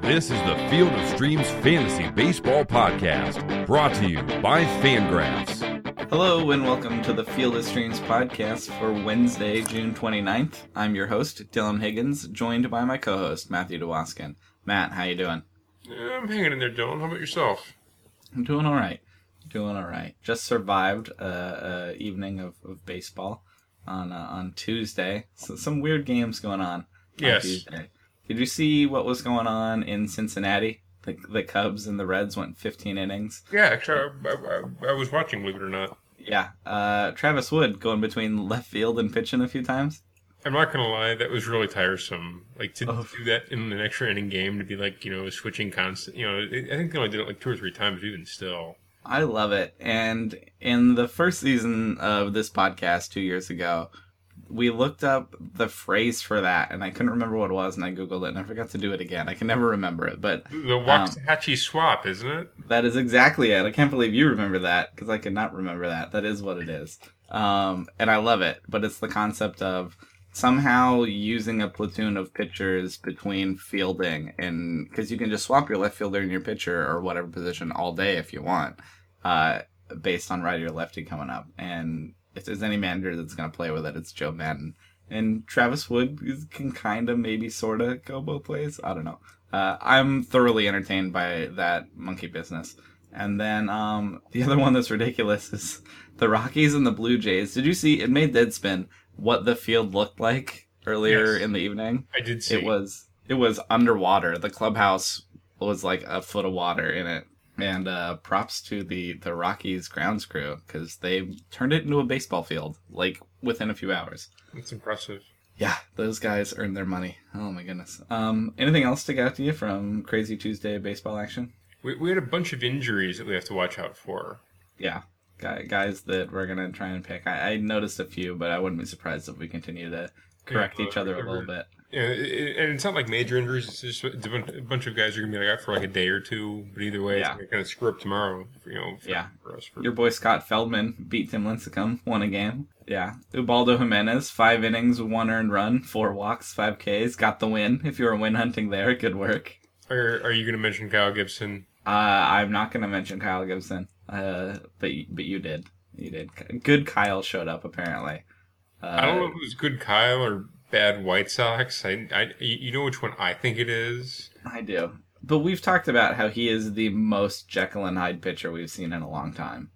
This is the Field of Streams Fantasy Baseball Podcast, brought to you by Fangraphs. Hello and welcome to the Field of Streams podcast for Wednesday, June 29th. I'm your host, Dylan Higgins, joined by my co-host, Matthew DeWaskin. Matt, how you doing? Yeah, I'm hanging in there, Dylan. How about yourself? I'm doing all right. Doing all right. Just survived uh, uh evening of, of baseball on uh, on Tuesday. So some weird games going on. on Yes. Tuesday. Did you see what was going on in Cincinnati? The, the Cubs and the Reds went 15 innings. Yeah, actually, I, I, I, I was watching, believe it or not. Yeah. Uh, Travis Wood going between left field and pitching a few times. I'm not gonna lie, that was really tiresome. Like to Oh. do that in an extra inning game to be like, you know, switching constant. You know, I I think they only did it like two or three times, even still. I love it. And in the first season of this podcast two years ago, we looked up the phrase for that, and I couldn't remember what it was, and I Googled it, and I forgot to do it again. I can never remember it, but The Waxahachie swap, isn't it? that is exactly it. I can't believe you remember that, because I could not remember that. That is what it is. Um, and I love it, but it's the concept of somehow using a platoon of pitchers between fielding and because you can just swap your left fielder and your pitcher or whatever position all day if you want uh, based on righty or lefty coming up. And if there's any manager that's going to play with it, it's Joe Madden. And Travis Wood is, can kind of, maybe, sort of go both ways. I don't know. Uh, I'm thoroughly entertained by that monkey business. And then um, the other one that's ridiculous is the Rockies and the Blue Jays. Did you see? It made Deadspin what the field looked like earlier Yes. in the evening. I did see. It was it was underwater. The clubhouse was like a foot of water in it. And uh, props to the the Rockies grounds crew because they turned it into a baseball field like within a few hours. It's impressive. Yeah, those guys earned their money. Oh my goodness. Um, anything else stick out to you from Crazy Tuesday baseball action? We, we had a bunch of injuries that we have to watch out for. Yeah, guy, guys that we're gonna try and pick. I, I noticed a few, but I wouldn't be surprised if we continue to correct Yeah, each other a whatever. little bit. Yeah, it- it- and it's not like major injuries. It's just a bun- a bunch of guys are gonna be like out for like a day or two. But either way, Yeah. it's gonna screw up tomorrow. For, you know, for, Yeah. for us. For, Your boy Scott Feldman beat Tim Lincecum, won a game. Yeah. Ubaldo Jimenez, five innings, one earned run, four walks, five Ks, got the win. If you were win hunting there, good work. Are, are you going to mention Kyle Gibson? Uh, I'm not going to mention Kyle Gibson, uh, but y- but you did, you did. Good Kyle showed up apparently. Uh, I don't know if it was good Kyle or bad White Sox. I, I, you know which one I think it is. I do. But we've talked about how he is the most Jekyll and Hyde pitcher we've seen in a long time.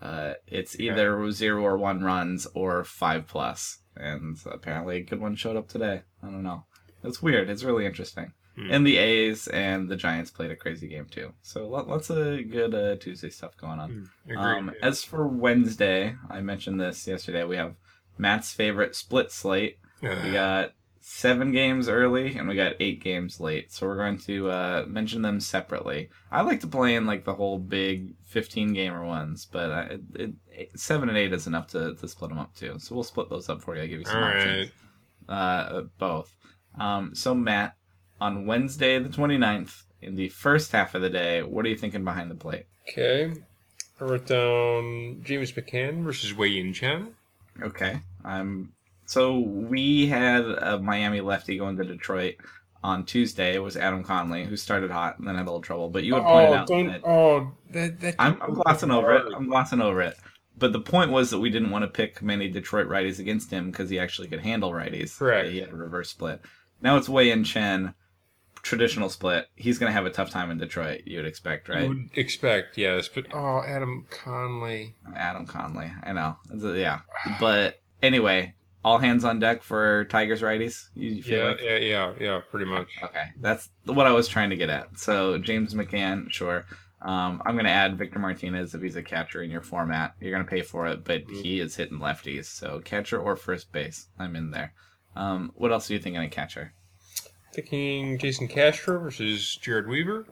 Uh, it's either zero or one runs or five plus, and apparently a good one showed up today. I don't know. It's weird. It's really interesting. Hmm. And the A's and the Giants played a crazy game too. So lot, lots of good uh, Tuesday stuff going on. Hmm. Agreed. Um, as for Wednesday, I mentioned this yesterday. We have Matt's favorite split slate. Ugh. We got seven games early and we got eight games late. So we're going to uh, mention them separately. I like to play in like the whole big 15 gamer ones, but I, it, it, seven and eight is enough to, to split them up too. So we'll split those up for you. I'll give you some All options. right. Uh, both. Um, so, Matt, on Wednesday the 29th, in the first half of the day, what are you thinking behind the plate? Okay. I wrote down James McCann versus Wei Yin Chen. Okay. Um. So we had a Miami lefty going to Detroit on Tuesday. It was Adam Conley who started hot and then had a little trouble. But you had pointed out that oh, that, that I'm, I'm glossing over it. I'm glossing over it. But the point was that we didn't want to pick many Detroit righties against him because he actually could handle righties. Correct. He had a reverse split. Now it's Wei in Chen, traditional split. He's going to have a tough time in Detroit. You would expect, I right? would expect, yes, but oh, Adam Conley. Adam Conley. I know. It's a- yeah. But anyway, all hands on deck for Tigers righties. You you feel Yeah, like? yeah, yeah, yeah, pretty much. Okay, that's what I was trying to get at. So James McCann, sure. Um, I'm going to add Victor Martinez if he's a catcher in your format. You're going to pay for it, but he is hitting lefties, so catcher or first base, I'm in there. Um, what else are you thinking of catcher? Thinking Jason Castro versus Jared Weaver.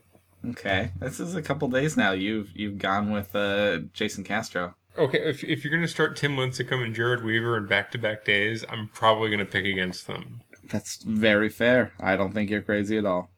Okay, this is a couple days now. You've you've gone with uh, Jason Castro. Okay, if, if you're going to start Tim Lincecum and Jared Weaver in back to back days, I'm probably going to pick against them. That's very fair. I don't think you're crazy at all.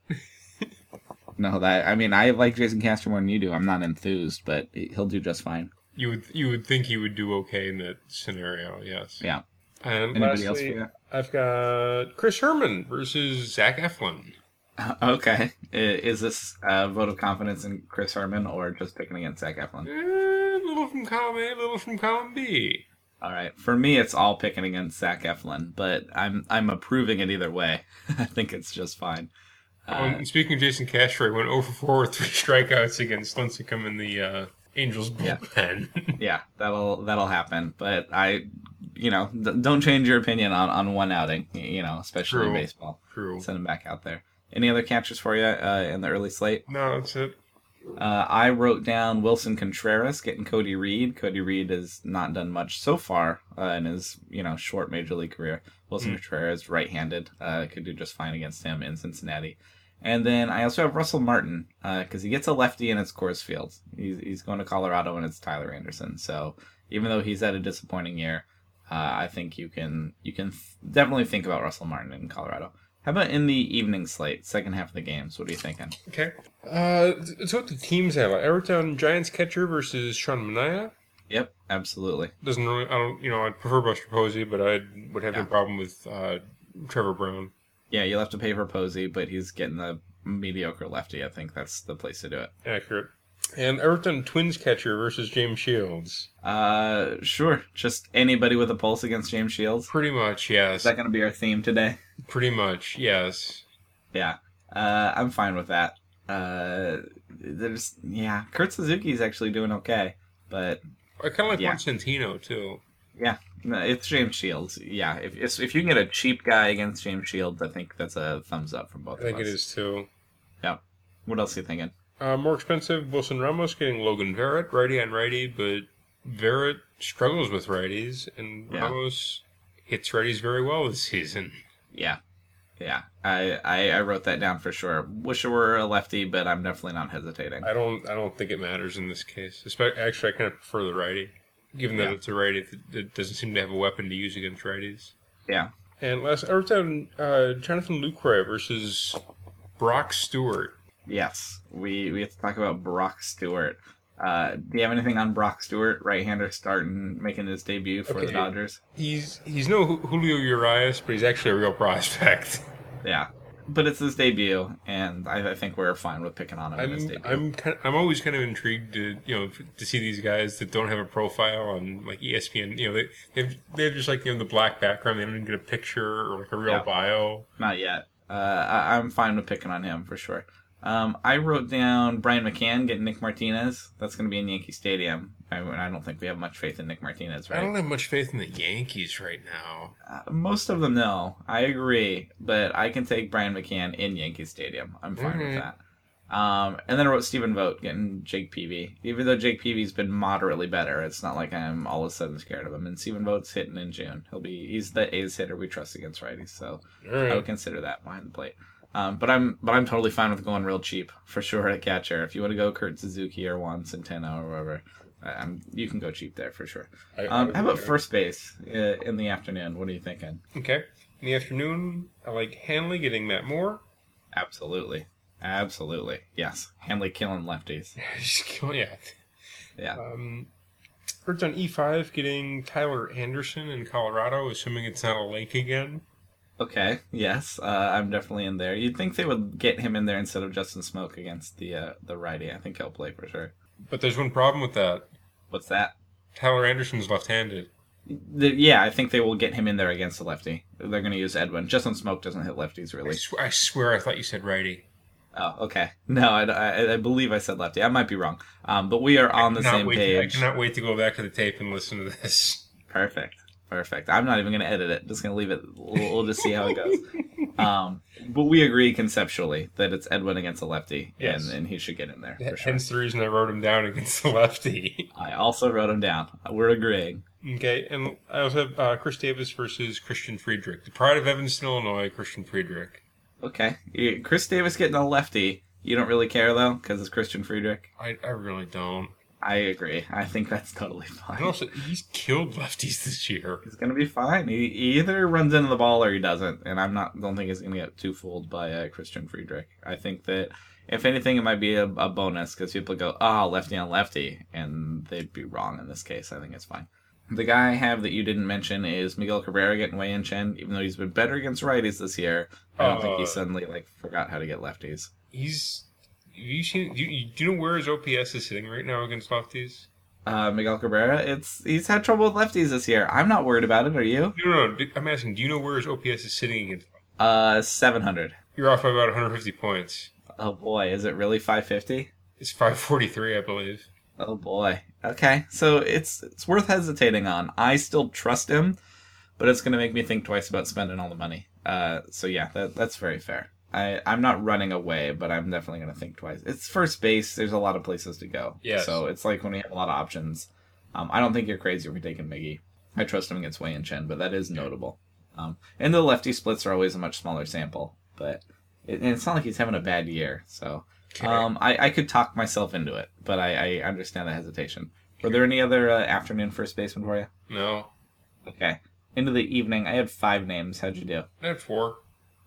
no, that I mean I like Jason Castro more than you do. I'm not enthused, but he'll do just fine. You would you would think he would do okay in that scenario, yes. Yeah. And Anybody else for lastly, you? I've got Chris Herman versus Zach Eflin. Uh, Okay. I- Is this a vote of confidence in Chris Herman or just picking against Zach Eflin? Eh, little from column A, little from column B. All right. For me, it's all picking against Zach Eflin, but I'm I'm approving it either way. I think it's just fine. Uh, Um, speaking of Jason Castro, he went over four with three strikeouts against Lincecum in the uh, Angels Yeah. bullpen. yeah, that'll that'll happen. But I, you know, d- don't change your opinion on on one outing. y- You know, especially in True. baseball. True. Send him back out there. Any other catchers for you uh, in the early slate? No, that's it. Uh, I wrote down Wilson Contreras getting Cody Reed. Cody Reed has not done much so far uh, in his you know short major league career. Wilson Mm. Contreras, right-handed, uh, could do just fine against him in Cincinnati. And then I also have Russell Martin because he gets a lefty and it's Coors Field. He's he's going to Colorado and it's Tyler Anderson. So even though he's had a disappointing year, uh, I think you can you can th- definitely think about Russell Martin in Colorado. How about in the evening slate, second half of the games? What are you thinking? Okay. Uh, so what the teams have? I wrote down Giants catcher versus Sean Mania. Yep, absolutely. Doesn't really. I don't. You know, I prefer Buster Posey, but I would have Yeah. no problem with uh, Trevor Brown. Yeah, you'll have to pay for Posey, but he's getting the mediocre lefty. I think that's the place to do it. Accurate. And I wrote down Twins catcher versus James Shields. Uh, sure. Just anybody with a pulse against James Shields. Pretty much, yes. Is that going to be our theme today? Pretty much, yes. Yeah. Uh, I'm fine with that. Uh, there's yeah, Kurt Suzuki's actually doing okay, but I kind of like Yeah. Santino too. no, it's James Shields. Yeah, if if if you can get a cheap guy against James Shields, I think that's a thumbs up from I both. think of it us. is too. What else are you thinking? Uh, more expensive, Wilson Ramos getting Logan Verrett, righty on righty, but Verrett struggles with righties, and Yeah. Ramos hits righties very well this season. Yeah. Yeah, I, I I wrote that down for sure. Wish it were a lefty, but I'm definitely not hesitating. I don't, I don't think it matters in this case. Espe- Actually, I kind of prefer the righty, given that Yeah. it's a righty that- that doesn't seem to have a weapon to use against righties. Yeah. And last, I wrote down uh, Jonathan Lucroy versus Brock Stewart. Yes, we we have to talk about Brock Stewart. Uh, do you have anything on Brock Stewart, right-hander starting, making his debut for the Okay. Dodgers? He's he's no Ju- Julio Urias, but he's actually a real prospect. Yeah, but it's his debut, and I, I think we're fine with picking on him in his I'm debut. I'm kind I'm always kind of intrigued to you know to see these guys that don't have a profile on like E ESPN. You know they they've they've just like you know the black background. They don't even get a picture or like a real Yeah. bio. Not yet. Uh, I, I'm fine with picking on him for sure. Um, I wrote down Brian McCann getting Nick Martinez. That's going to be in Yankee Stadium. I, I don't think we have much faith in Nick Martinez, right? I don't have much faith in the Yankees right now. Uh, most of them, no. I agree, but I can take Brian McCann in Yankee Stadium. I'm fine with Alright. that. Um, and then I wrote Stephen Vogt getting Jake Peavy. Even though Jake Peavy's been moderately better, it's not like I'm all of a sudden scared of him. And Stephen Vogt's hitting in June. He'll be he's the A's hitter we trust against righties, so All right. I would consider that behind the plate. Um, but I'm but I'm totally fine with going real cheap for sure at catcher. If you want to go Kurt Suzuki or Juan Centeno or whatever, I- I'm, you can go cheap there for sure. I- I Um, would how about agree. first base uh, in the afternoon? What are you thinking? Okay. In the afternoon, I like Hanley getting Matt Moore. Absolutely. Absolutely. Yes. Hanley killing lefties. Just kill- yeah. Yeah. Um, Hurts on E5 getting Tyler Anderson in Colorado, assuming it's not a lake again. Okay. Yes. Uh, I'm definitely in there. You'd think they would get him in there instead of Justin Smoke against the uh, the righty. I think he'll play for sure. But there's one problem with that. What's that? Tyler Anderson's left-handed. The, yeah, I think they will get him in there against the lefty. They're going to use Edwin. Justin Smoke doesn't hit lefties I, really. sw- I swear, I thought you said righty. Oh, okay. No, I, I, I believe I said lefty. I might be wrong. Um, but we are on the Cannot same wait To, I page. cannot wait to go back to the tape and listen to this. Perfect. Perfect. I'm not even going to edit it. Just going to leave it. We'll, we'll just see how it goes. Um, but we agree conceptually that it's Edwin against a lefty, Yes. and, and he should get in there for sure. Hence the reason I wrote him down against the lefty. I also wrote him down. We're agreeing. okay, and I also have uh, Chris Davis versus Christian Friedrich. The pride of Evanston, Illinois, Christian Friedrich. Okay. You- Chris Davis getting a lefty. You don't really care though, because it's Christian Friedrich. I, I really don't. I agree. I think that's totally And fine. also, he's killed lefties this year. He's gonna be fine. He, he either runs into the ball or he doesn't, and I'm not don't think he's gonna get too fooled by uh, Christian Friedrich. I think that if anything, it might be a, a bonus because people go, "Ah, lefty on lefty," and they'd be wrong in this case. I think it's fine. The guy I have that you didn't mention is Miguel Cabrera getting Wei in Chen, even though he's been better against righties this year. I don't think he Uh, suddenly like forgot how to get lefties. He's. Have you seen? Do you, do you know where his OPS is sitting right now against lefties? Uh, Miguel Cabrera, it's he's had trouble with lefties this year. I'm not worried about it. Are you? No, no, no. do- I'm asking. Do you know where his OPS is sitting against? Uh, 700. You're off by about 150 points. Oh boy, is it really 550? It's 543, I believe. Oh boy. Okay, so it's it's worth hesitating on. I still trust him, but it's going to make me think twice about spending all the money. Uh, so yeah, that, that's very fair. I I'm not running away, but I'm definitely going to think twice. It's first base. There's a lot of places to go. Yes. So it's like when we have a lot of options. Um, I don't think you're crazy for taking Miggy. I trust him against Wei and Chen, but that is notable. Um, and the lefty splits are always a much smaller sample, but it, and it's not like he's having a bad year. So Okay. um, I, I could talk myself into it, but I, I understand the hesitation. Were there any other uh, afternoon first baseman for you? no, Okay. Into the evening, I had five names. How'd you do? I had four.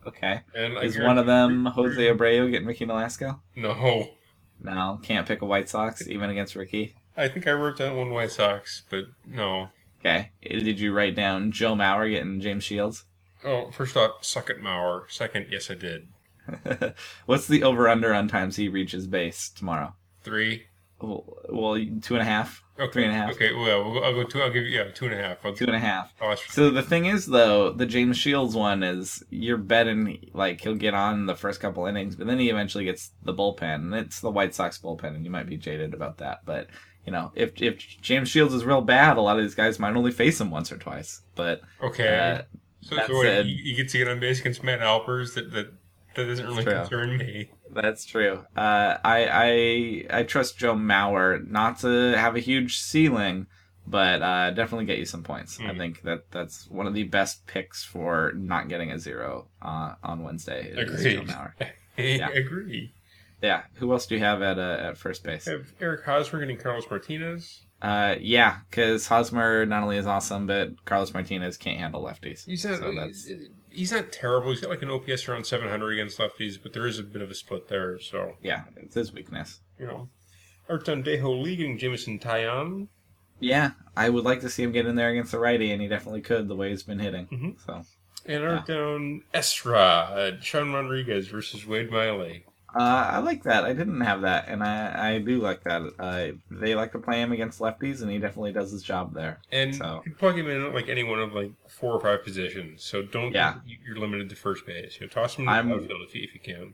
Okay. And I Is guarantee- one of them Jose Abreu getting Ricky Nolasco? No, No. Can't pick a White Sox even against Ricky. I think I wrote down one White Sox, but no. Okay. Did you write down Joe Mauer getting James Shields? Oh, first off, suck at Mauer. Second, yes, I did. What's the over under on times he reaches base tomorrow? Three. Well, well, two and a half. Okay. Three and a half. Okay. Well, we'll go- I'll go two. I'll give you yeah two and a half. Oh, I'll, Two and a half. I'll ask for- So the thing is, though, the James Shields one is you're betting like he'll get on the first couple innings, but then he eventually gets the bullpen, and it's the White Sox bullpen, and you might be jaded about that. But you know, if if James Shields is real bad, a lot of these guys might only face him once or twice. But okay. uh, so that so what, said- you, you get to get on base against Matt Alpers. That that that doesn't really True. concern me. That's true. Uh, I I I trust Joe Mauer not to have a huge ceiling, but uh, definitely get you some points. I Mm. think that that's one of the best picks for not getting a zero uh, on Wednesday. is Agreed. Joe Mauer. I Yeah. agree. Yeah. Who else do you have at uh, at first base? I have Eric Hosmer getting Carlos Martinez. Uh, yeah, because Hosmer not only is awesome, but Carlos Martinez can't handle lefties. He's not. So that's- he's not terrible. He's got like an OPS around 700 against lefties, but there is a bit of a split there. So yeah, it's his weakness. you know, Artan Dejo Lee getting Jamison Tyon. Yeah, I would like to see him get in there against the righty, and he definitely could the way he's been hitting. Mhm. So. And our down Esra, uh, Sean Rodriguez versus Wade Miley. Uh, I like that. I didn't have that, and I, I do like that. Uh, they like to play him against lefties, and he definitely does his job there. And So- you plug him in at like any one of like four or five positions. So don't Yeah. you- you're limited to first base. You know, toss him to I'm- the outfield if you, if you can.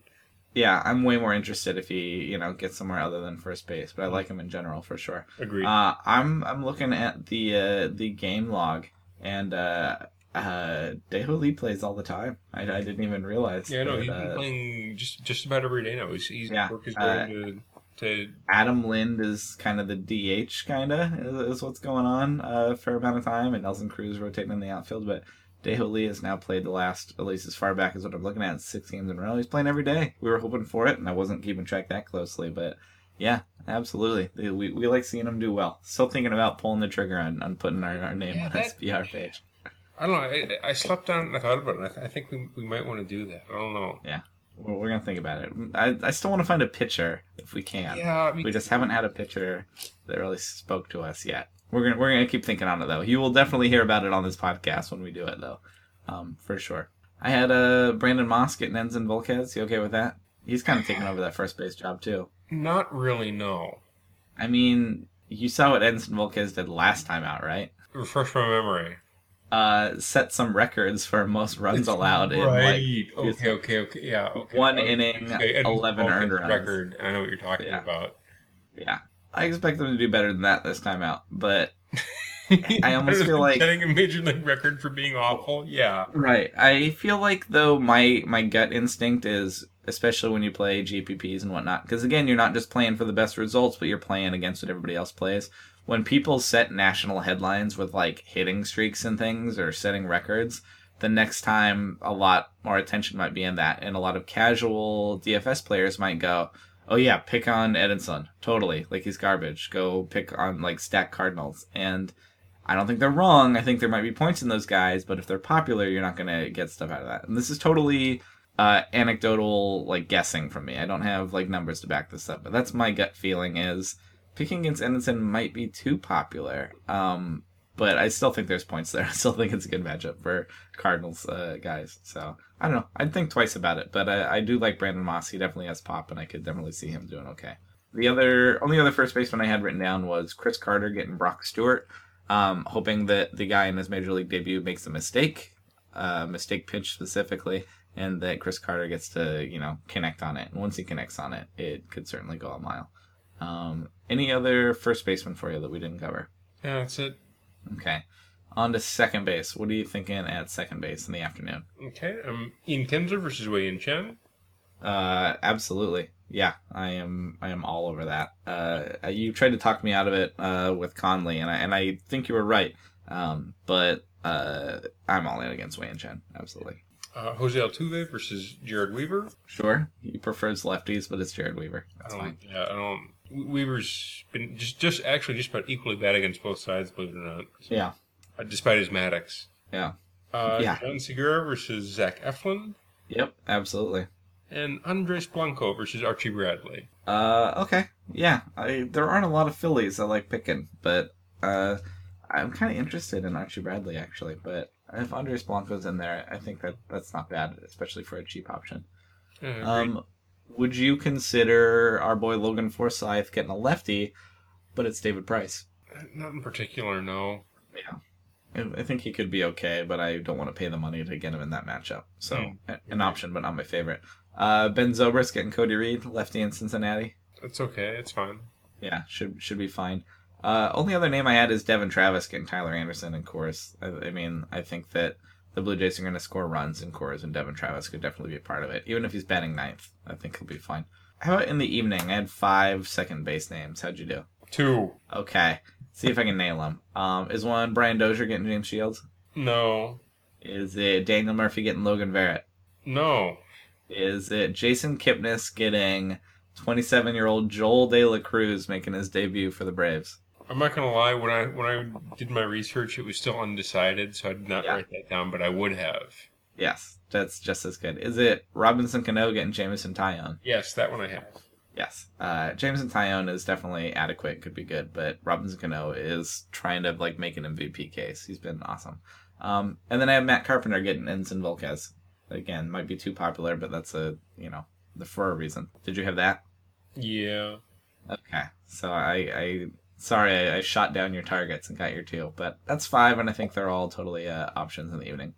Yeah, I'm way more interested if he, you know, gets somewhere other than first base, but I like him in general for sure. Agreed. Uh, I'm I'm looking at the uh, the game log, and uh, uh, Deholi plays all the time. I, I didn't even realize. yeah, no, that, he's been uh, playing just just about every day now. He's he's Yeah, worked his way uh, to, to Adam Lind is kind of the DH, kind of is, is what's going on uh, a fair amount of time, and Nelson Cruz rotating in the outfield. But Deho Lee has now played the last, at least as far back as what I'm looking at, six games in a row. He's playing every day. We were hoping for it, and I wasn't keeping track that closely, but yeah, absolutely. They- We, we like seeing him do well. Still thinking about pulling the trigger on, on putting our, our name Yeah, on that- his PR page. I don't know. I, I slept on it and I thought about it. And I, th- I think we, we might want to do that. I don't know. We're, we're gonna think about it. I, I still want to find a pitcher if we can. Yeah, I mean, We just haven't had a picture that really spoke to us yet. We're gonna we're gonna keep thinking on it though. You will definitely hear about it on this podcast when we do it though, um, for sure. I had uh, Brandon Moss getting ends in Volquez. You okay with that? He's kind of taking over that first base job too. not really. No. I mean, you saw what Ensign Volquez did last time out, right? Refresh my memory. Uh, set some records for most runs allowed Right. in like okay. Okay. Okay. Yeah. Okay. one Okay, inning, okay, Edmonton 11 earned Falcons runs. record. I know what you're talking Yeah. about. Yeah, I expect them to do better than that this time out, but I almost Better feel than like- setting a major league record for being awful. Yeah. Right. I feel like though my my gut instinct is especially when you play GPPs and whatnot because again you're not just playing for the best results but you're playing against what everybody else plays. When people set national headlines with like hitting streaks and things or setting records, the next time a lot more attention might be in that and a lot of casual DFS players might go, "Oh yeah, pick on Edinson. Totally. Like he's garbage. Go pick on like stack Cardinals." And I don't think they're wrong. I think there might be points in those guys, but if they're popular, you're not going to get stuff out of that. And this is totally uh, anecdotal, like guessing from me. I don't have like numbers to back this up, but that's my gut feeling is picking against Anderson might be too popular. Um, but I still think there's points there. I still think it's a good matchup for Cardinals uh, guys. So I don't know. I'd think twice about it, but I, I do like Brandon Moss. He definitely has pop, and I could definitely see him doing okay. The other only other first baseman I had written down was Chris Carter getting Brock Stewart, um, hoping that the guy in his major league debut makes a mistake, uh, mistake pitch specifically, and that Chris Carter gets to you know connect on it. And once he connects on it, it could certainly go a mile. Um, any other first baseman for you that we didn't cover? Yeah, that's it. Okay. On to second base. What are you thinking at second base in the afternoon? Okay, um, Ian Kinsler versus Wei Yin Chen. Uh, absolutely. Yeah, I am. I am all over that. Uh, you tried to talk me out of it uh, with Conley, and I and I think you were right. Um, but uh, I'm all in against Wei and Chen. Absolutely. Uh, Jose Altuve versus Jared Weaver. Sure. He prefers lefties, but it's Jared Weaver. I That's fine. don't. Yeah, I don't. Weaver's been just, just actually just about equally bad against both sides, believe it or not. Yeah. Uh, despite his Maddox. Yeah. Uh, Yeah. John Segura versus Zach Eflin, Yep. Absolutely. and Andres Blanco versus Archie Bradley. Uh, okay. Yeah, I, there aren't a lot of Phillies I like picking, but uh, I'm kind of interested in Archie Bradley actually. But if Andres Blanco's in there, I think that that's not bad, especially for a cheap option. Uh, great. Um, would you consider our boy Logan Forsyth getting a lefty? But it's David Price. Not in particular, no. I I think he could be okay, but I don't want to pay the money to get him in that matchup. So Hmm. a- an option, but not my favorite. Uh, ben Zobrist getting Cody Reed, lefty in Cincinnati. It's okay. It's fine. Yeah, should should be fine. Uh, only other name I had is Devin Travis getting Tyler Anderson in course. I, I mean, I think that the Blue Jays are going to score runs in cores, and Devin Travis could definitely be a part of it. Even if he's batting ninth, I think he'll be fine. How about in the evening? I had five second base names. How'd you do? Two. Okay, see if I can nail them. Um, is one Brian Dozier getting James Shields? No. Is it Daniel Murphy getting Logan Verrett? No. Is it Jason Kipnis getting 27 year old Joel De La Cruz making his debut for the Braves? I'm not gonna lie. When I when I did my research, it was still undecided, so I did not Yeah. write that down. But I would have. Yes, that's just as good. Is it Robinson Cano getting Jameson Tyone? Yes, that one I have. Yes. Uh, Jameson Tyone is definitely adequate, could be good, but Robinson Cano is trying to like make an MVP case. He's been awesome. Um, and then I have Matt Carpenter getting Ensign Volquez. Again, might be too popular, but that's a you know the for a reason. Did you have that? Yeah. Okay, so I, I sorry I, I shot down your targets and got your two, but that's five, and I think they're all totally uh, options in the evening.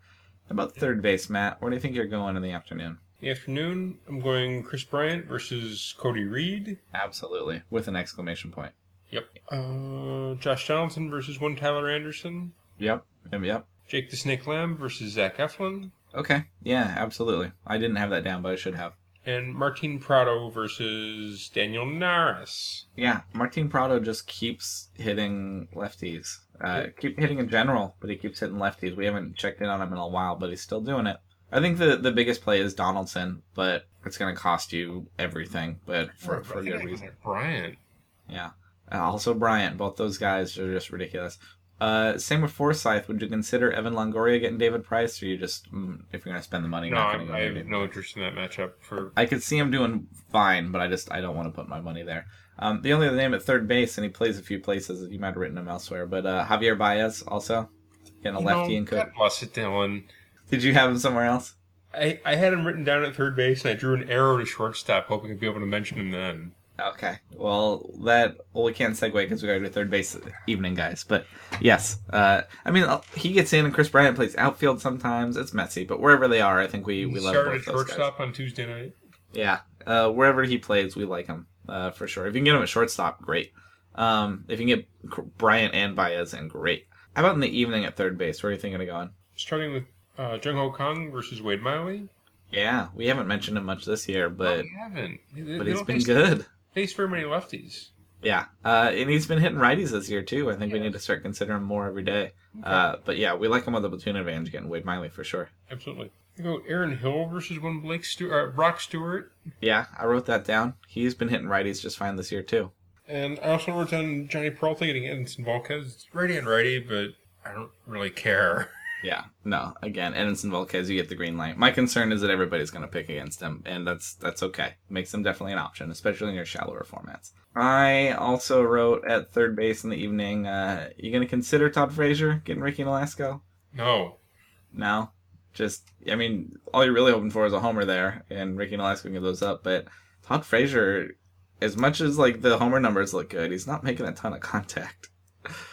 How about third base, Matt? Where do you think you're going in the afternoon? In the afternoon, I'm going Chris Bryant versus Cody Reed. Absolutely, with an exclamation point. Yep. Uh, Josh Donaldson versus one Tyler Anderson. Yep. Yep, Yep. Jake the Snake Lamb versus Zach Eflin. Okay. Yeah, absolutely. I didn't have that down, but I should have. And Martin Prado versus Daniel Naris. Yeah, Martin Prado just keeps hitting lefties. Uh, Yep. keep hitting in general, but he keeps hitting lefties. We haven't checked in on him in a while, but he's still doing it. I think the the biggest play is Donaldson, but it's going to cost you everything, but for, for I a think good I reason. have Bryant. Yeah. Uh, also Bryant. Both those guys are just ridiculous. Uh, same with Forsyth. Would you consider Evan Longoria getting David Price, or you just mm, if you're going to spend the money? No, not gonna I, go I David? have no interest in that matchup. For I could see him doing fine, but I just I don't want to put my money there. Um, the only other name at third base, and he plays a few places. You might have written him elsewhere, but uh, Javier Baez also getting a You lefty know, and cook. God bless it, Dylan. Did you have him somewhere else? I, I had him written down at third base, and I drew an arrow to shortstop, hoping I'd be able to mention him then. Okay. Well, that well we can't segue because we got to do third base evening guys. But yes, uh, I mean he gets in and Chris Bryant plays outfield sometimes. It's messy, but wherever they are, I think we we He love started both at those guys. shortstop on Tuesday night. Yeah, uh, wherever he plays, we like him uh, for sure. If you can get him at shortstop, great. Um, if you can get C- Bryant and Baez, in, great. How about in the evening at third base? Where are you thinking of going? Starting with uh, Jung Ho Kong versus Wade Miley. Yeah, we haven't mentioned him much this year, no, but we haven't. They- they but he's don't been face- good. Face very many lefties. Yeah, uh, and he's been hitting righties this year too. I think we Yeah. need to start considering more every day. Uh, but yeah, we like him with the platoon advantage getting Wade Miley for sure. Absolutely. I go Aaron Hill versus one Blake Stewart, uh, Brock Stewart, Yeah, I wrote that down. He's been hitting righties just fine this year too. and I also wrote down Johnny Peralta getting Edinson Volquez. It's righty and righty, but I don't really care. Yeah, no. Again, Edinson Volquez, you get the green light. My concern is that everybody's going to pick against him, and that's that's okay. Makes him definitely an option, especially in your shallower formats. I also wrote at third base in the evening. Uh, you going to consider Todd Frazier getting Ricky Nolasco? No. No, just I mean, all you're really hoping for is a homer there, and Ricky Nolasco can give those up. But Todd Frazier, as much as like the homer numbers look good, he's not making a ton of contact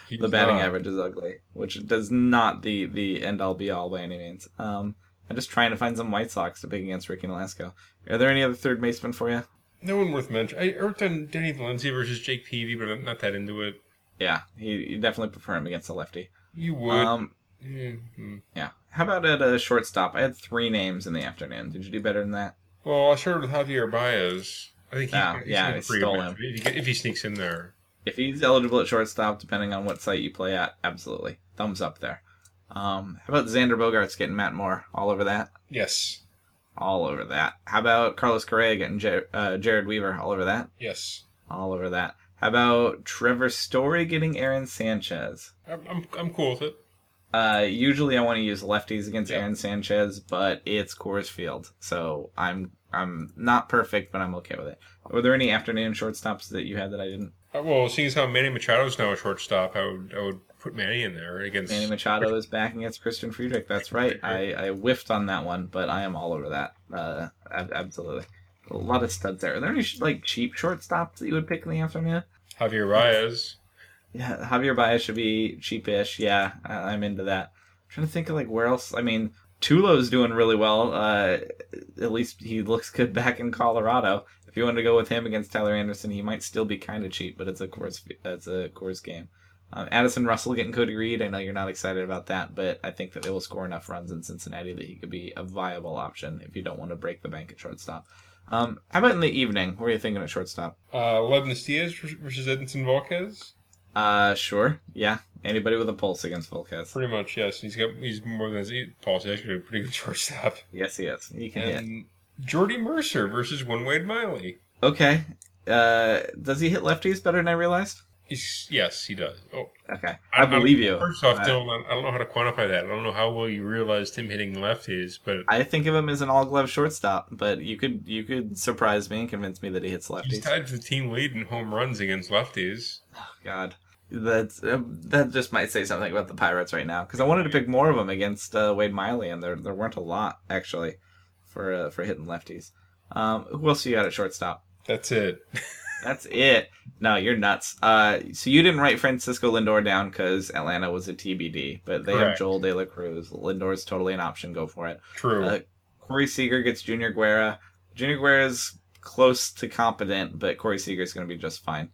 He's uh, the batting not. average is ugly, which does not the the end all be all by any means. Um, I'm just trying to find some White Sox to pick against Ricky Nolasco. Are there any other third basemen for you? No one worth mentioning. I worked on Danny Valencia versus Jake Peavy, but I'm not that into it. Yeah, he you definitely prefer him against a lefty. You would. Um, Mhm. yeah. How about at a shortstop? I had three names in the afternoon. Did you do better than that? Well, I started with Javier Baez. I think he, Ah, he's yeah, gonna I free stole him. If he, get- if he sneaks in there. If he's eligible at shortstop, depending on what site you play at, absolutely. Thumbs up there. Um, how about Xander Bogarts getting Matt Moore? All over that. Yes. All over that. How about Carlos Correa getting Jar uh, Jared Weaver? All over that. Yes. all over that. How about Trevor Story getting Aaron Sanchez? I'm, I'm, I'm cool with it. Uh, usually I want to use lefties against Yeah. Aaron Sanchez, but it's Coors Field, so I'm I'm not perfect, but I'm okay with it. Were there any afternoon shortstops that you had that I didn't? Uh, well, seeing as how Manny Machado's now a shortstop, I would I would put Manny in there against Manny Machado is back against Christian Friedrich. That's right. I, I whiffed on that one, but I am all over that. Uh, ab- absolutely. A lot of studs there. Are there any like cheap shortstops that you would pick in the afternoon? Javier Baez. Yeah, Javier Baez should be cheapish. Yeah, I, I'm into that. I'm trying to think of like where else. I mean, Tulo's doing really well. Uh, at least he looks good back in Colorado. If you want to go with him against Tyler Anderson, he might still be kind of cheap, but it's a course it's a course game. Um, Addison Russell getting Cody Reed. I know you're not excited about that, but I think that they will score enough runs in Cincinnati that he could be a viable option if you don't want to break the bank at shortstop. Um, how about in the evening? What are you thinking at shortstop? Uh, Levinus Diaz versus Edinson Volquez. Uh, sure. Yeah, anybody with a pulse against Volquez. Pretty much, yes. He's got he's more than his Paul's actually a pretty good shortstop. Yes, he is. He can hit. And Jordy Mercer versus One Wade Miley. Okay. Uh, does he hit lefties better than I realized? He's yes, he does. Oh, Okay, I, believe you. First off, Uh, Dylan, I don't know how to quantify that. I don't know how well you realized him hitting lefties, but I think of him as an all-glove shortstop, but you could you could surprise me and convince me that he hits he's lefties. tied for the team lead in home runs against lefties. God, that's uh, that just might say something about the Pirates right now because I wanted to pick more of them against uh, Wade Miley, and there there weren't a lot actually for uh, for hitting lefties. Um, who else you got at shortstop? That's it. That's it. No, you're nuts. Uh, so you didn't write Francisco Lindor down because Atlanta was a TBD, but they have Correct. Joel De La Cruz. Lindor's totally an option. Go for it. True. Uh, Corey Seager gets Junior Guerra. Junior Guerra's close to competent, but Corey Seager's going to be just fine.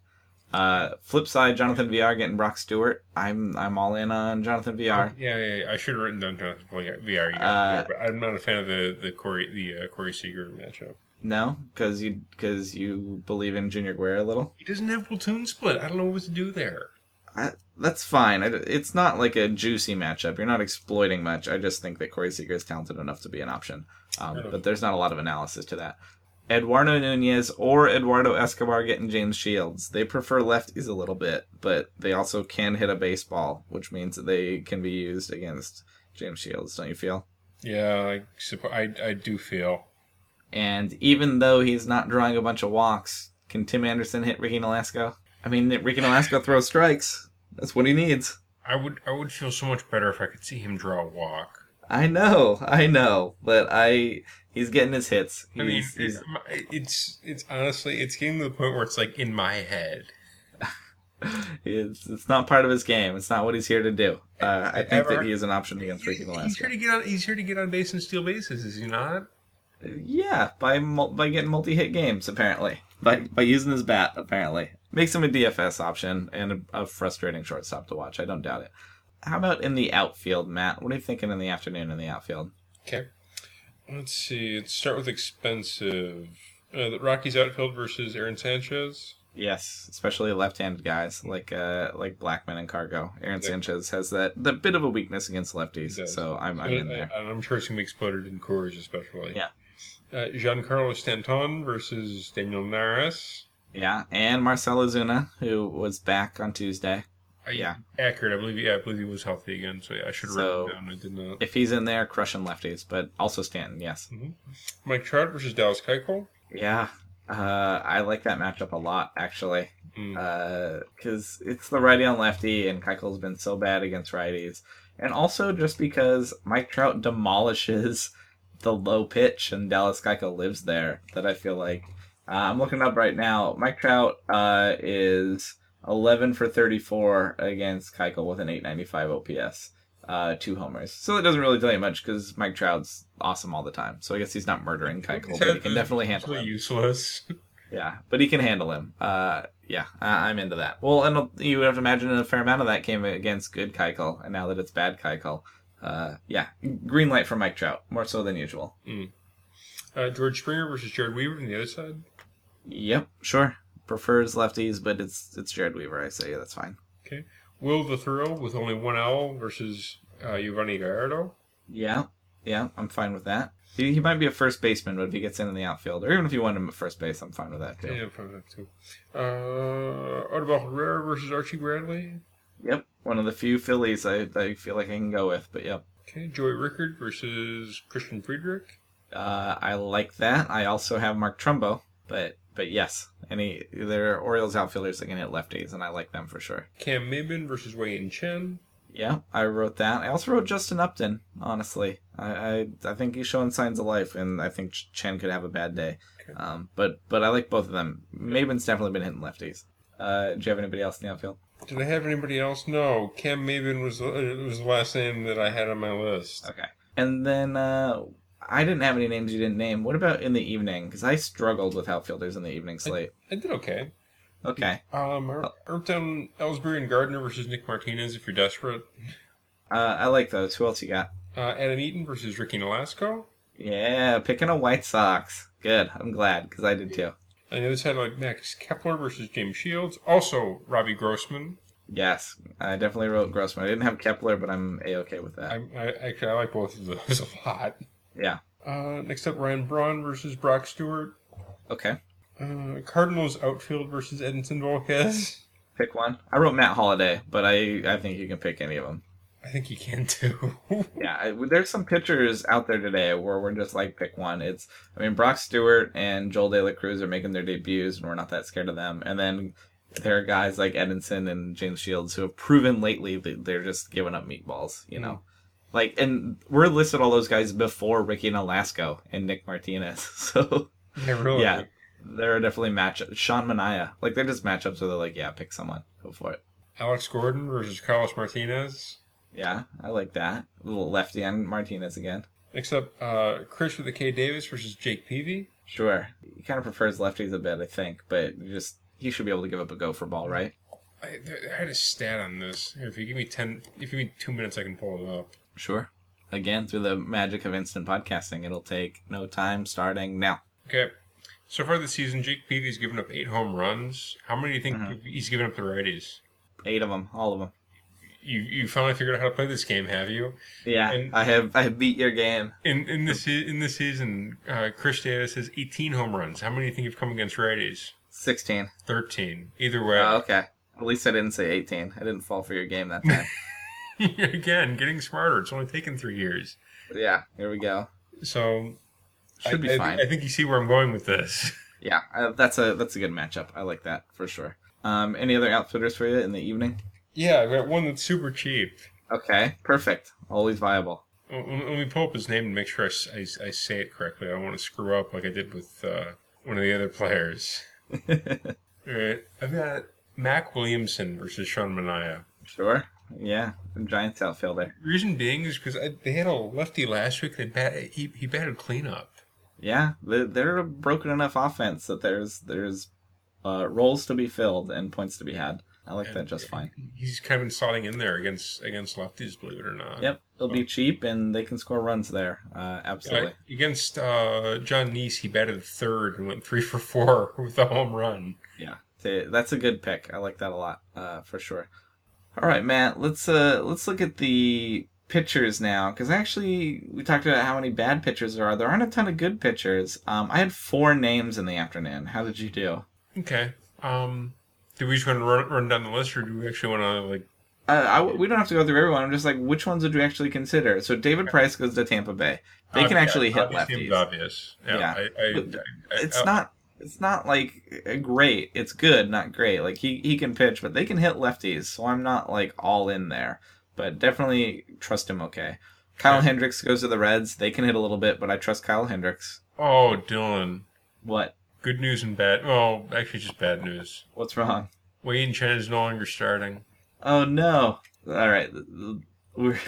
Uh, flip side, Jonathan VR getting Brock Stewart. I'm I'm all in on Jonathan VR. yeah, yeah, yeah, I should have written down Jonathan Villar- VR. you Uh, know, but I'm not a fan of the the Corey the uh, Corey Seager matchup. No, because you because you believe in Junior Guerra a little. He doesn't have platoon split. I don't know what to do there. I, that's fine. I, it's not like a juicy matchup. You're not exploiting much. I just think that Corey Seager is talented enough to be an option. Um, Yeah. but there's not a lot of analysis to that. Eduardo Nunez or Eduardo Escobar getting James Shields. They prefer lefties a little bit, but they also can hit a baseball, which means that they can be used against James Shields, don't you feel? Yeah, I suppo- I, I do feel. And even though he's not drawing a bunch of walks, can Tim Anderson hit Ricky Nolasco? I mean, Ricky Nolasco throws strikes. That's what he needs. I would I would feel so much better if I could see him draw a walk. I know, I know, but I he's getting his hits. He's, I mean, he's, it- it's it's honestly it's getting to the point where it's like in my head. it's, it's not part of his game. It's not what he's here to do. Uh, I think Ever. that he is an option against Ricky He's here Nolasco. to get on. He's here to get on base and steal bases. Is he not? Yeah, by mul- by getting multi hit games apparently, by by using his bat apparently makes him a DFS option and a, a frustrating shortstop to watch. I don't doubt it. How about in the outfield, Matt? What are you thinking in the afternoon in the outfield? Okay. Let's see. Let's start with expensive. Uh, the Rockies outfield versus Aaron Sanchez. Yes, especially left-handed guys like uh like Blackman and Cargo. Aaron Yeah. Sanchez has that the bit of a weakness against He lefties, does. so I'm I'm Uh, in there. I, am sure it's gonna be exploded in Coors, especially. Yeah. Uh, Giancarlo Stanton versus Daniel Naras. Yeah, and Marcelo Zuna, who was back on Tuesday. I, Yeah. accurate. I believe. Yeah, I believe he was healthy again. So yeah, I should have So- written it down. I did not. If he's in there, crushing lefties, but also Stanton, yes. Mike Trout versus Dallas Keuchel. Yeah. Uh, I like that matchup a lot, actually. Mm. because Uh, it's the righty on lefty, and Keuchel's been so bad against righties, and also just because Mike Trout demolishes the low pitch, and Dallas Keuchel lives there. That I feel like uh, I'm looking up right now. Mike Trout uh, is 11 for 34 against Keuchel with an 895 OPS. Uh, two homers, so that doesn't really tell you much because Mike Trout's awesome all the time. So I guess he's not murdering Keuchel, but he can definitely handle Absolutely him. useless. Yeah, but he can handle him. Uh, yeah, I- I'm into that. Well, and you would have to imagine a fair amount of that came against good Keuchel, and now that it's bad Keuchel, uh, yeah, green light for Mike Trout more so than usual. Uh, George Springer versus Jared Weaver from the other side. Yep, sure. Prefers lefties, but it's it's Jared Weaver. I say that's fine. Will the Thrill with only one owl versus uh, Giovanni Gallardo. Yeah, yeah, I'm fine with that. He, he might be a first baseman, but if he gets in in the outfield, or even if you want him at first base, I'm fine with that too. Yeah, I'm fine with that too. Uh, Odubel Herrera versus Archie Bradley. Yep, one of the few Phillies I, I feel like I can go with, but yep. Okay, Joey Rickard versus Christian Friedrich. Uh, I like that. I also have Mark Trumbo, but but yes, any there are Orioles outfielders that can hit lefties, and I like them for sure. Cam Maben versus Wayne Chen. Yeah, I wrote that. I also wrote Justin Upton. Honestly, I I, I think he's showing signs of life, and I think Ch- Chen could have a bad day. Um, but but I like both of them. Maven's definitely been hitting lefties. Uh, do you have anybody else in the outfield? Did I have anybody else? No. Cam Maben was uh, was the last name that I had on my list. Okay. And then uh, I didn't have any names you didn't name. What about in the evening? Because I struggled with outfielders in the evening slate. I did okay. Okay. Um, I wrote down Ellsbury and Gardner versus Nick Martinez if you're desperate. Uh, I like those. Who else you got? Uh, Adam Eaton versus Ricky Nolasco. Yeah, picking a White Sox. Good. I'm glad because I did too. On the other side, I like Max Kepler versus James Shields. Also, Robbie Grossman. Yes, I definitely wrote Grossman. I didn't have Kepler, but I'm a okay with that. I, I actually I like both of those a lot. yeah. Uh, next up, Ryan Braun versus Brock Stewart. Okay. Uh, Cardinals outfield versus Edinson Volquez. Pick one. I wrote Matt Holiday, but I I think you can pick any of them. I think you can too. Yeah, I, there's some pitchers out there today where we're just like pick one. It's I mean Brock Stewart and Joel De La Cruz are making their debuts, and we're not that scared of them. And then there are guys like Edinson and James Shields who have proven lately that they're just giving up meatballs. You know, like and we're listed all those guys before Ricky Nolasco and Nick Martinez. So yeah, really. yeah, there are definitely matchups. Sean Mania, like they're just matchups where they're like, yeah, pick someone, go for it. Alex Gordon versus Carlos Martinez. Yeah, I like that. little lefty and Martinez again. Next up, uh, Chris with a K Davis versus Jake Peavy. Sure. He kind of prefers lefties a bit, I think, but you just he should be able to give up a go for ball, right? I, I had a stat on this. Here, If you give me ten, if you give me two minutes, I can pull it up. Sure. Again, through the magic of instant podcasting, it'll take no time starting now. Okay. So far this season, Jake Peavy's given up eight home runs. How many do you think he's given up to righties? Eight of them, all of them. You you finally figured out how to play this game, have you? Yeah, And- I have I have beat your game. In in this se- in this season, uh, Chris Davis has 18 home runs. How many do you think have come against righties? Sixteen. 13. Either way, Oh, okay. At least I didn't say eighteen. I didn't fall for your game that time. again, getting smarter. It's only taken three years. yeah, here we go. So I- Should be I, fine. I think you see where I'm going with this. Yeah, uh, that's a that's a good matchup. I like that for sure. Um, any other outfitters for you in the evening? Yeah, I got one that's super cheap. Okay, perfect. Always viable. Let let me pull up his name and make sure I, s- I s- I say it correctly. I don't want to screw up like I did with uh, one of the other players. All right, I've got Mac Williamson versus Sean Mania. Sure. Yeah, Giants outfielder. Reason being is because they had a lefty last week. They bat, he he batted cleanup. Yeah, they- they're a broken enough offense that there's there's uh, roles to be filled and points to be had. I like that just fine. He's kind of been slotting in there against against lefties, believe it or not. Yep, it'll be cheap and they can score runs there. Uh, absolutely. Like, against uh, John Neese, he batted third and went three for four with a home run. Yeah, Th- that's a good pick. I like that a lot uh, for sure. All right, Matt. Let's uh let's look at the pitchers now because actually we talked about how many bad pitchers there are. There aren't a ton of good pitchers. Um, I had four names in the afternoon. How did you do? Okay. Um, do we just want to run, run down the list, or do we actually want to like uh, I, we don't have to go through everyone. I'm just like, which ones would you actually consider? So David Price goes to Tampa Bay. They can Obvi- actually hit obvious seems lefties. Obvious. Yeah. Yeah. I, I, But I- uh, I- It's I- not. It's not like uh, great. It's good, not great. Like he he can pitch, but they can hit lefties. So I'm not like all in there, but definitely trust him. Okay. Kyle Yeah. Hendricks goes to the Reds. They can hit a little bit, but I trust Kyle Hendricks. Oh, Dylan. What? Good news and bad. Well, actually, just bad news. What's wrong? Wade and Chen is no longer starting. Oh no! All right, th- th- we're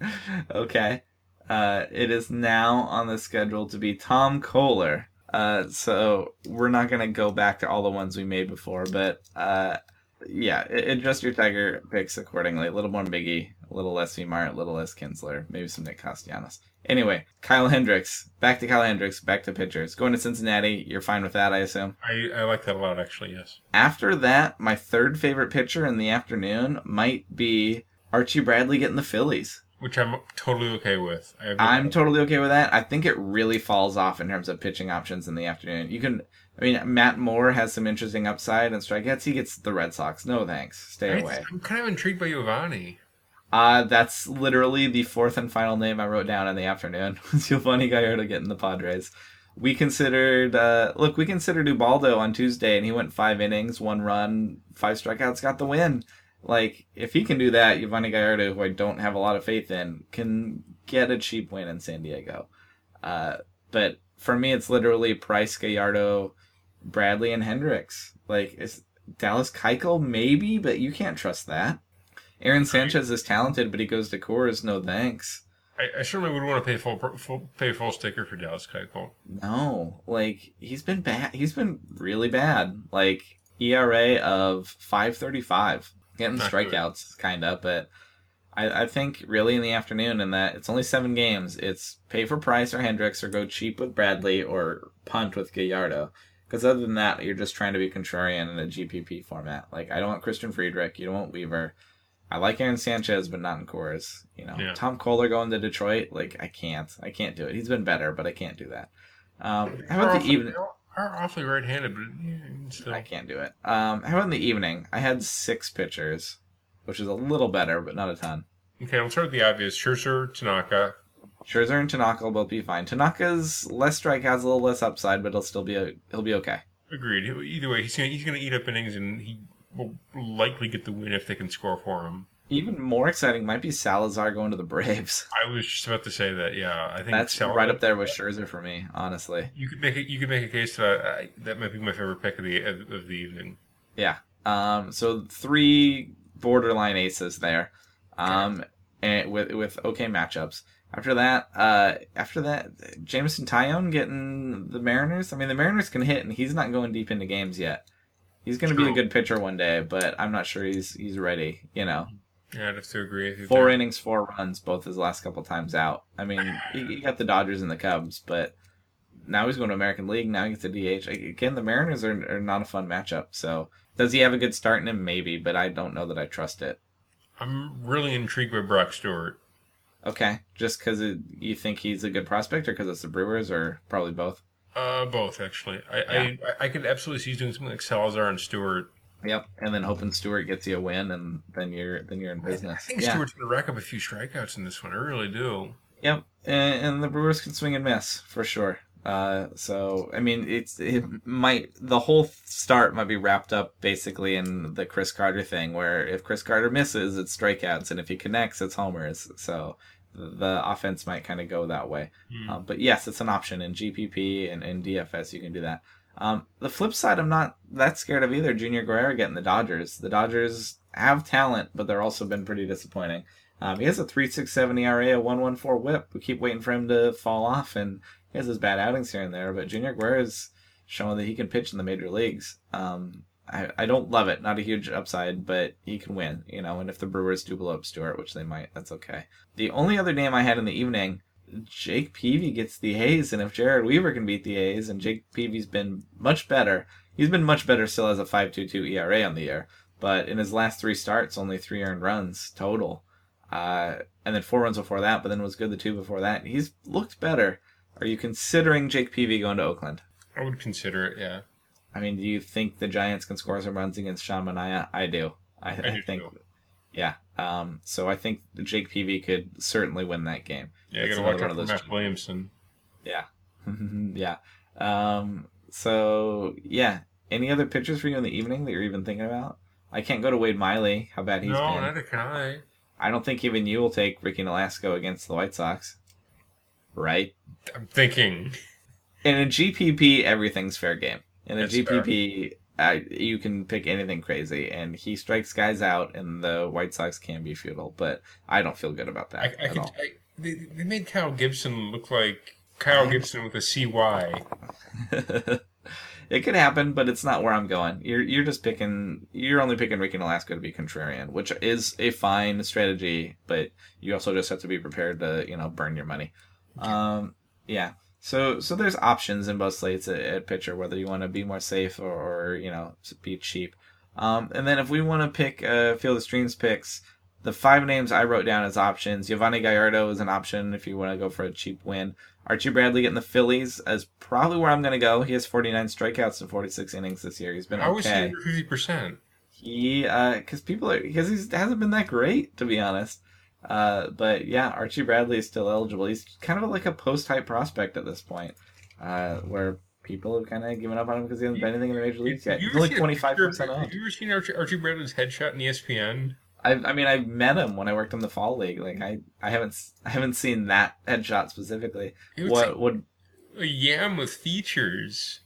okay. Uh, it is now on the schedule to be Tom Kohler. Uh, so we're not gonna go back to all the ones we made before, but uh, yeah, a- adjust your Tiger picks accordingly. A little more Biggie, a little less Vimart, a little less Kinsler, maybe some Nick Castellanos. Anyway, Kyle Hendricks, back to Kyle Hendricks, back to pitchers. Going to Cincinnati, you're fine with that, I assume. I, I like that a lot, actually, yes. After that, my third favorite pitcher in the afternoon might be Archie Bradley getting the Phillies. Which I'm totally okay with. I have no- I'm totally okay with that. I think it really falls off in terms of pitching options in the afternoon. You can, I mean, Matt Moore has some interesting upside and strikeouts. He gets the Red Sox. No thanks. Stay I- away. I'm kind of intrigued by Giovanni. Uh, that's literally the fourth and final name I wrote down in the afternoon. was Giovanni Gallardo getting the Padres. We considered, uh, look, we considered Ubaldo on Tuesday, and he went five innings, one run, five strikeouts, got the win. Like, if he can do that, Giovanni Gallardo, who I don't have a lot of faith in, can get a cheap win in San Diego. Uh, but for me, it's literally Price, Gallardo, Bradley, and Hendricks. Like, it's Dallas Keuchel, maybe, but you can't trust that. Aaron Sanchez is talented, but he goes to Coors. No thanks. I, I certainly would want to pay full, full pay full sticker for Dallas Keuchel. No, like he's been bad. He's been really bad. Like ERA of five thirty five, getting Not good. strikeouts, kind of. But I, I think really in the afternoon, and that it's only seven games. It's pay for Price or Hendricks, or go cheap with Bradley, or punt with Gallardo. Because other than that, you're just trying to be contrarian in a GPP format. Like I don't want Christian Friedrich. You don't want Weaver. I like Aaron Sanchez, but not in cores. You know, Yeah. Tom Kohler going to Detroit. Like I can't. I can't do it. He's been better, but I can't do that. Um, how Are about the awfully- evening? Are awfully right-handed, but yeah, I mean, still. I can't do it. Um, how about in the evening? I had six pitchers, which is a little better, but not a ton. Okay, we'll start with the obvious. Scherzer, Tanaka. Scherzer and Tanaka will both be fine. Tanaka's less strikeouts, a little less upside, but he'll still be a, he'll be okay. Agreed. Either way, he's gonna, he's going to eat up innings, and he will likely get the win if they can score for him. Even more exciting might be Salazar going to the Braves. I was just about to say that. Yeah, I think That's Sal- right up there with Scherzer for me, honestly. You could make a, you could make a case that I, that might be my favorite pick of the of, of the evening. Yeah. Um, so three borderline aces there, um, and with with okay matchups. After that, uh, after that, Jameson Tyone getting the Mariners. I mean, the Mariners can hit, and he's not going deep into games yet. He's going to be a True. good pitcher one day, but I'm not sure he's he's ready. You know, Yeah, I'd have to agree. with you four there. innings, four runs, both his last couple times out. I mean, he, he got the Dodgers and the Cubs, but now he's going to American League. Now he gets the DH. Again, the Mariners are, are not a fun matchup. So does he have a good start in him? Maybe, but I don't know that I trust it. I'm really intrigued by Brock Stewart. Okay, just because you think he's a good prospect, or because it's the Brewers, or probably both. Uh, both actually. I, I I could absolutely see doing something like Salazar and Stewart. Yep, and then hoping Stewart gets you a win, and then you're then you're in business. I think yeah. Stewart's going to rack up a few strikeouts in this one. I really do. Yep, and, and the Brewers can swing and miss for sure. Uh, so I mean, it's it might the whole start might be wrapped up basically in the Chris Carter thing, where if Chris Carter misses, it's strikeouts, and if he connects, it's homers. So the offense might kind of go that way. Hmm. Um, but yes, it's an option in GPP and in DFS. You can do that. Um, the flip side, I'm not that scared of either. Junior Guerrero getting the Dodgers. The Dodgers have talent, but they're also been pretty disappointing. Um, he has a 3.67 ERA, E a 1.14 WHIP. We keep waiting for him to fall off, and he has his bad outings here and there. But Junior Guerrero's showing that he can pitch in the major leagues. Um, I, I don't love it. Not a huge upside, but he can win, you know. And if the Brewers do blow up Stewart, which they might, that's okay. The only other name I had in the evening Jake Peavy gets the A's, and if Jared Weaver can beat the A's, and Jake Peavy's been much better, he's been much better still as E a 5.22 ERA on the year, but in his last three starts, only three earned runs total, uh, and then four runs before that, but then was good the two before that. He's looked better. Are you considering Jake Peavy going to Oakland? I would consider it. Yeah. I mean, do you think the Giants can score some runs against Sean Mania? I do. I, I, do think too. Yeah. Um, so I think Jake Peavy could certainly win that game. Yeah, I That's gotta watch another out for one of Matt those- Williamson. Yeah. yeah. Um, so yeah. Any other pictures for you in the evening that you're even thinking about? I can't go to Wade Miley. How bad he's no, been. not a guy. I don't think even you will take Ricky Nolasco against the White Sox. Right? I'm thinking. In a GPP, everything's fair game. In a That's GPP, I, you can pick anything crazy, and he strikes guys out, and the White Sox can be futile. But I don't feel good about that I, I at could. all. I, they, they made Kyle Gibson look like Uh-huh. Kyle Gibson with a CY. it could happen, but it's not where I'm going. You're you're just picking. You're only picking Ricky and Alaska to be contrarian, which is a fine strategy, but you also just have to be prepared to you know burn your money. Um, yeah. So so there's options in both slates at, at pitcher, whether you want to be more safe or, or you know be cheap. Um, and then if we want to pick uh, Field of Streams picks, the five names I wrote down as options. Giovanni Gallardo is an option if you want to go for a cheap win. Archie Bradley getting the Phillies is probably where I'm going to go. He has 49 strikeouts in 46 innings this year. He's been How was he okay. under fifty percent? He, because people are, because he hasn't been that great to be honest. Uh, but yeah, Archie Bradley is still eligible. He's kind of like a post hype prospect at this point, uh, where people have kind of given up on him because he hasn't done anything in the major leagues yet. He's only 25 percent off. Have you ever seen Archie, Archie Bradley's headshot in E ESPN? I, I mean, I met him when I worked on the fall league. Like I, I haven't, s- I haven't seen that headshot specifically. It was what would A yam with features.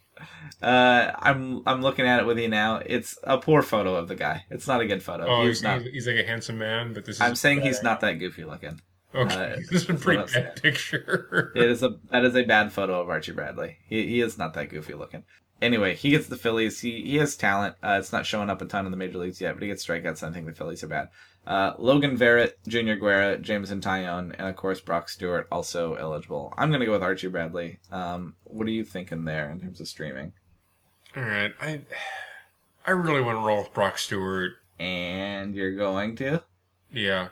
Uh, I'm I'm looking at it with you now. It's a poor photo of the guy. It's not a good photo. Oh, he's he's, not. he's, like a handsome man, but this is I'm saying he's not that goofy looking. okay. uh, this is a pretty that's what I'm bad picture. It is a that is a bad photo of Archie Bradley. He, he is not that goofy looking. Anyway, he gets the Phillies. He he has talent. Uh, it's not showing up a ton in the major leagues yet, but he gets strikeouts. And I think the Phillies are bad. Uh, Logan Verrett, Junior Guerra, Jameson Tyone, and of course Brock Stewart also eligible. I'm gonna go with Archie Bradley. Um, what are you thinking there in terms of streaming? All right, I I really want to roll with Brock Stewart. And you're going to. Yeah,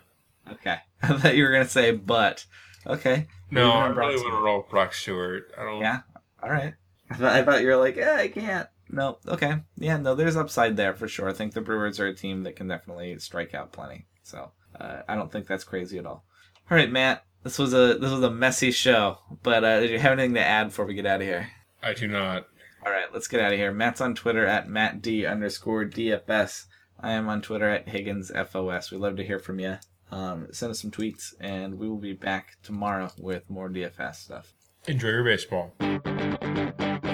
Okay. I thought you were gonna say but. Okay. no, Even I on Brock really want to Stewart. roll with Brock Stewart. I don't. Yeah. All right. I thought, I thought you were like, eh, I can't. No. Okay. Yeah. No. There's upside there for sure. I think the Brewers are a team that can definitely strike out plenty. So uh, I don't think that's crazy at all. All right, Matt. This was a this was a messy show, but uh, did you have anything to add before we get out of here? I do not. All right, let's get out of here. Matt's on Twitter at mattd underscore dfs. I am on Twitter at higginsfos. We love to hear from you. Um, send us some tweets, and we will be back tomorrow with more DFS stuff. Enjoy your baseball.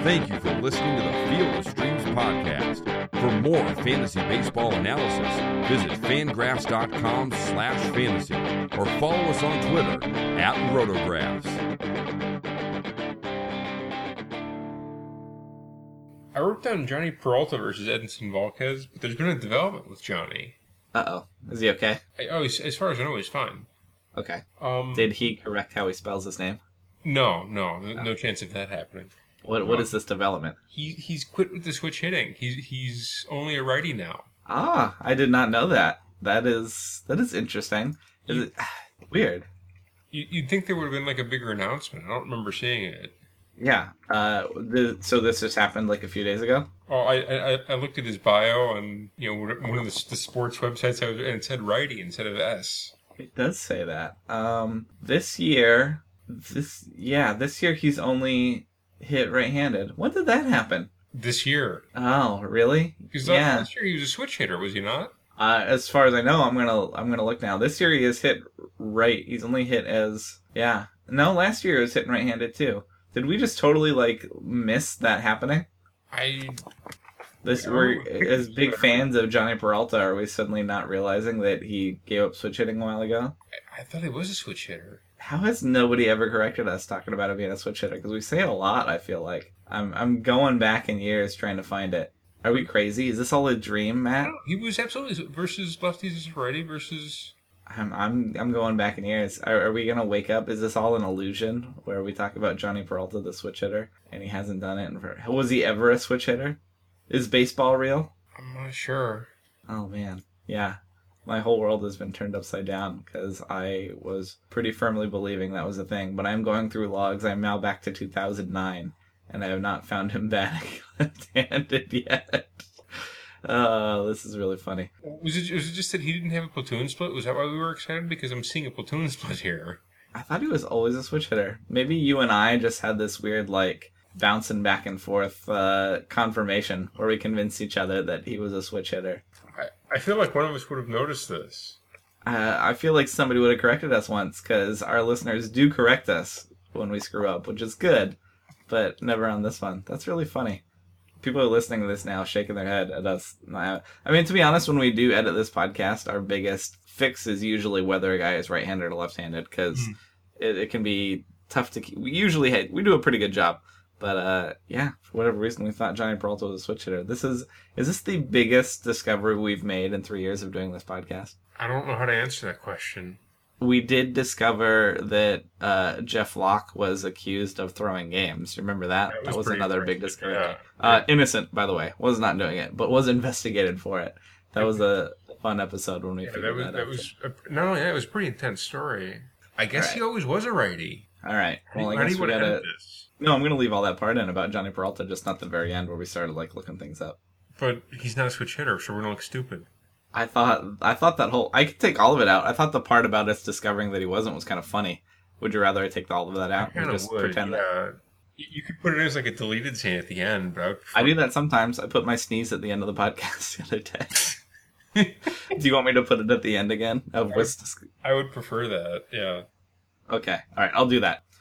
Thank you for listening to the Field of Streams podcast. For more fantasy baseball analysis, visit fangraphs.com slash fantasy or follow us on Twitter at rotographs. I wrote down Johnny Peralta versus Edinson Volquez, but there's been a development with Johnny. Uh oh, is he okay? I, oh, he's, as far as I know, he's fine. Okay. Um, Did he correct how he spells his name? no, no, no, Ah. no chance of that happening. What What is this development? He he's quit with the switch hitting. He's he's only a righty now. Ah, I did not know that. That is that is interesting. Is it weird? You, you'd think there would have been like a bigger announcement. I don't remember seeing it. Yeah. Uh, the, so this just happened like a few days ago. Oh, I, I I- I looked at his bio on you know one of one of the, the sports websites, I was, and it said righty instead of S. It does say that. Um, this year, this yeah, this year he's only hit right-handed. When did that happen? This year, Oh, really? because Yeah. last year he was a switch hitter, was he not? Uh, as far as I know, I'm gonna I'm gonna look now. This year he has hit right. He's only hit as yeah. No, last year he was hitting right-handed too. Did we just totally like miss that happening? I This Yeah. we're as big fans of Johnny Peralta. Are we suddenly not realizing that he gave up switch hitting a while ago? I thought he was a switch hitter. How has nobody ever corrected us talking about it being a switch hitter? Because we say it a lot. I feel like I'm I'm going back in years trying to find it. Are we crazy? Is this all a dream, Matt? He was absolutely versus lefties versus righty versus. I'm I'm I'm going back in years. Are, are we gonna wake up? Is this all an illusion where we talk about Johnny Peralta, the switch hitter, and he hasn't done it? In for, was he ever a switch hitter? Is baseball real? I'm not sure. Oh man, yeah. My whole world has been turned upside down because I was pretty firmly believing that was a thing. But I'm going through logs. I'm now back to 2009, and I have not found him batting left-handed yet. Uh, this is really funny. Was it, was it just that he didn't have a platoon split? Was that why we were excited? Because I'm seeing a platoon split here. I thought he was always a switch hitter. Maybe you and I just had this weird like bouncing back and forth uh, confirmation where we convinced each other that he was a switch hitter. I, I feel like one of us would have noticed this. Uh, I feel like somebody would have corrected us once because our listeners do correct us when we screw up, which is good, but never on this one. That's really funny. People are listening to this now, shaking their head at us. I I mean, to be honest, when we do edit this podcast, our biggest fix is usually whether a guy is right-handed or left-handed because Mm. it, it can be tough to. keep- We usually hit, we do a pretty good job, but uh, yeah, for whatever reason, we thought Johnny Peralta was a switch hitter. This is is this the biggest discovery we've made in three years of doing this podcast? I don't know how to answer that question. we did discover that uh, Jeff Locke was accused of throwing games. Remember that? That was, pretty another big impressive. discovery. Yeah. Uh, innocent, by the way, was not doing it, but was investigated for it. That was a fun episode when we Yeah, figured that was out. that was a, not only that it was a pretty intense story. I guess he always was a righty. All right. How do Well, you- I how do guess you we wanna gotta. end this? No, I'm gonna leave all that part in about Johnny Peralta, just not the very end where we started like looking things up. But he's not a switch hitter, so we're gonna look stupid. I thought I thought that whole I could take all of it out. I thought the part about us discovering that he wasn't was kind of funny. Would you rather I take all of that out and Kinda just would, pretend that yeah. You you could put it as like a deleted scene at the end, but I, would prefer- I do that sometimes. I put my sneeze at the end of the podcast the other day. do you want me to put it at the end again? Of what's dis- I would prefer that. Yeah. okay. All right. I'll do that.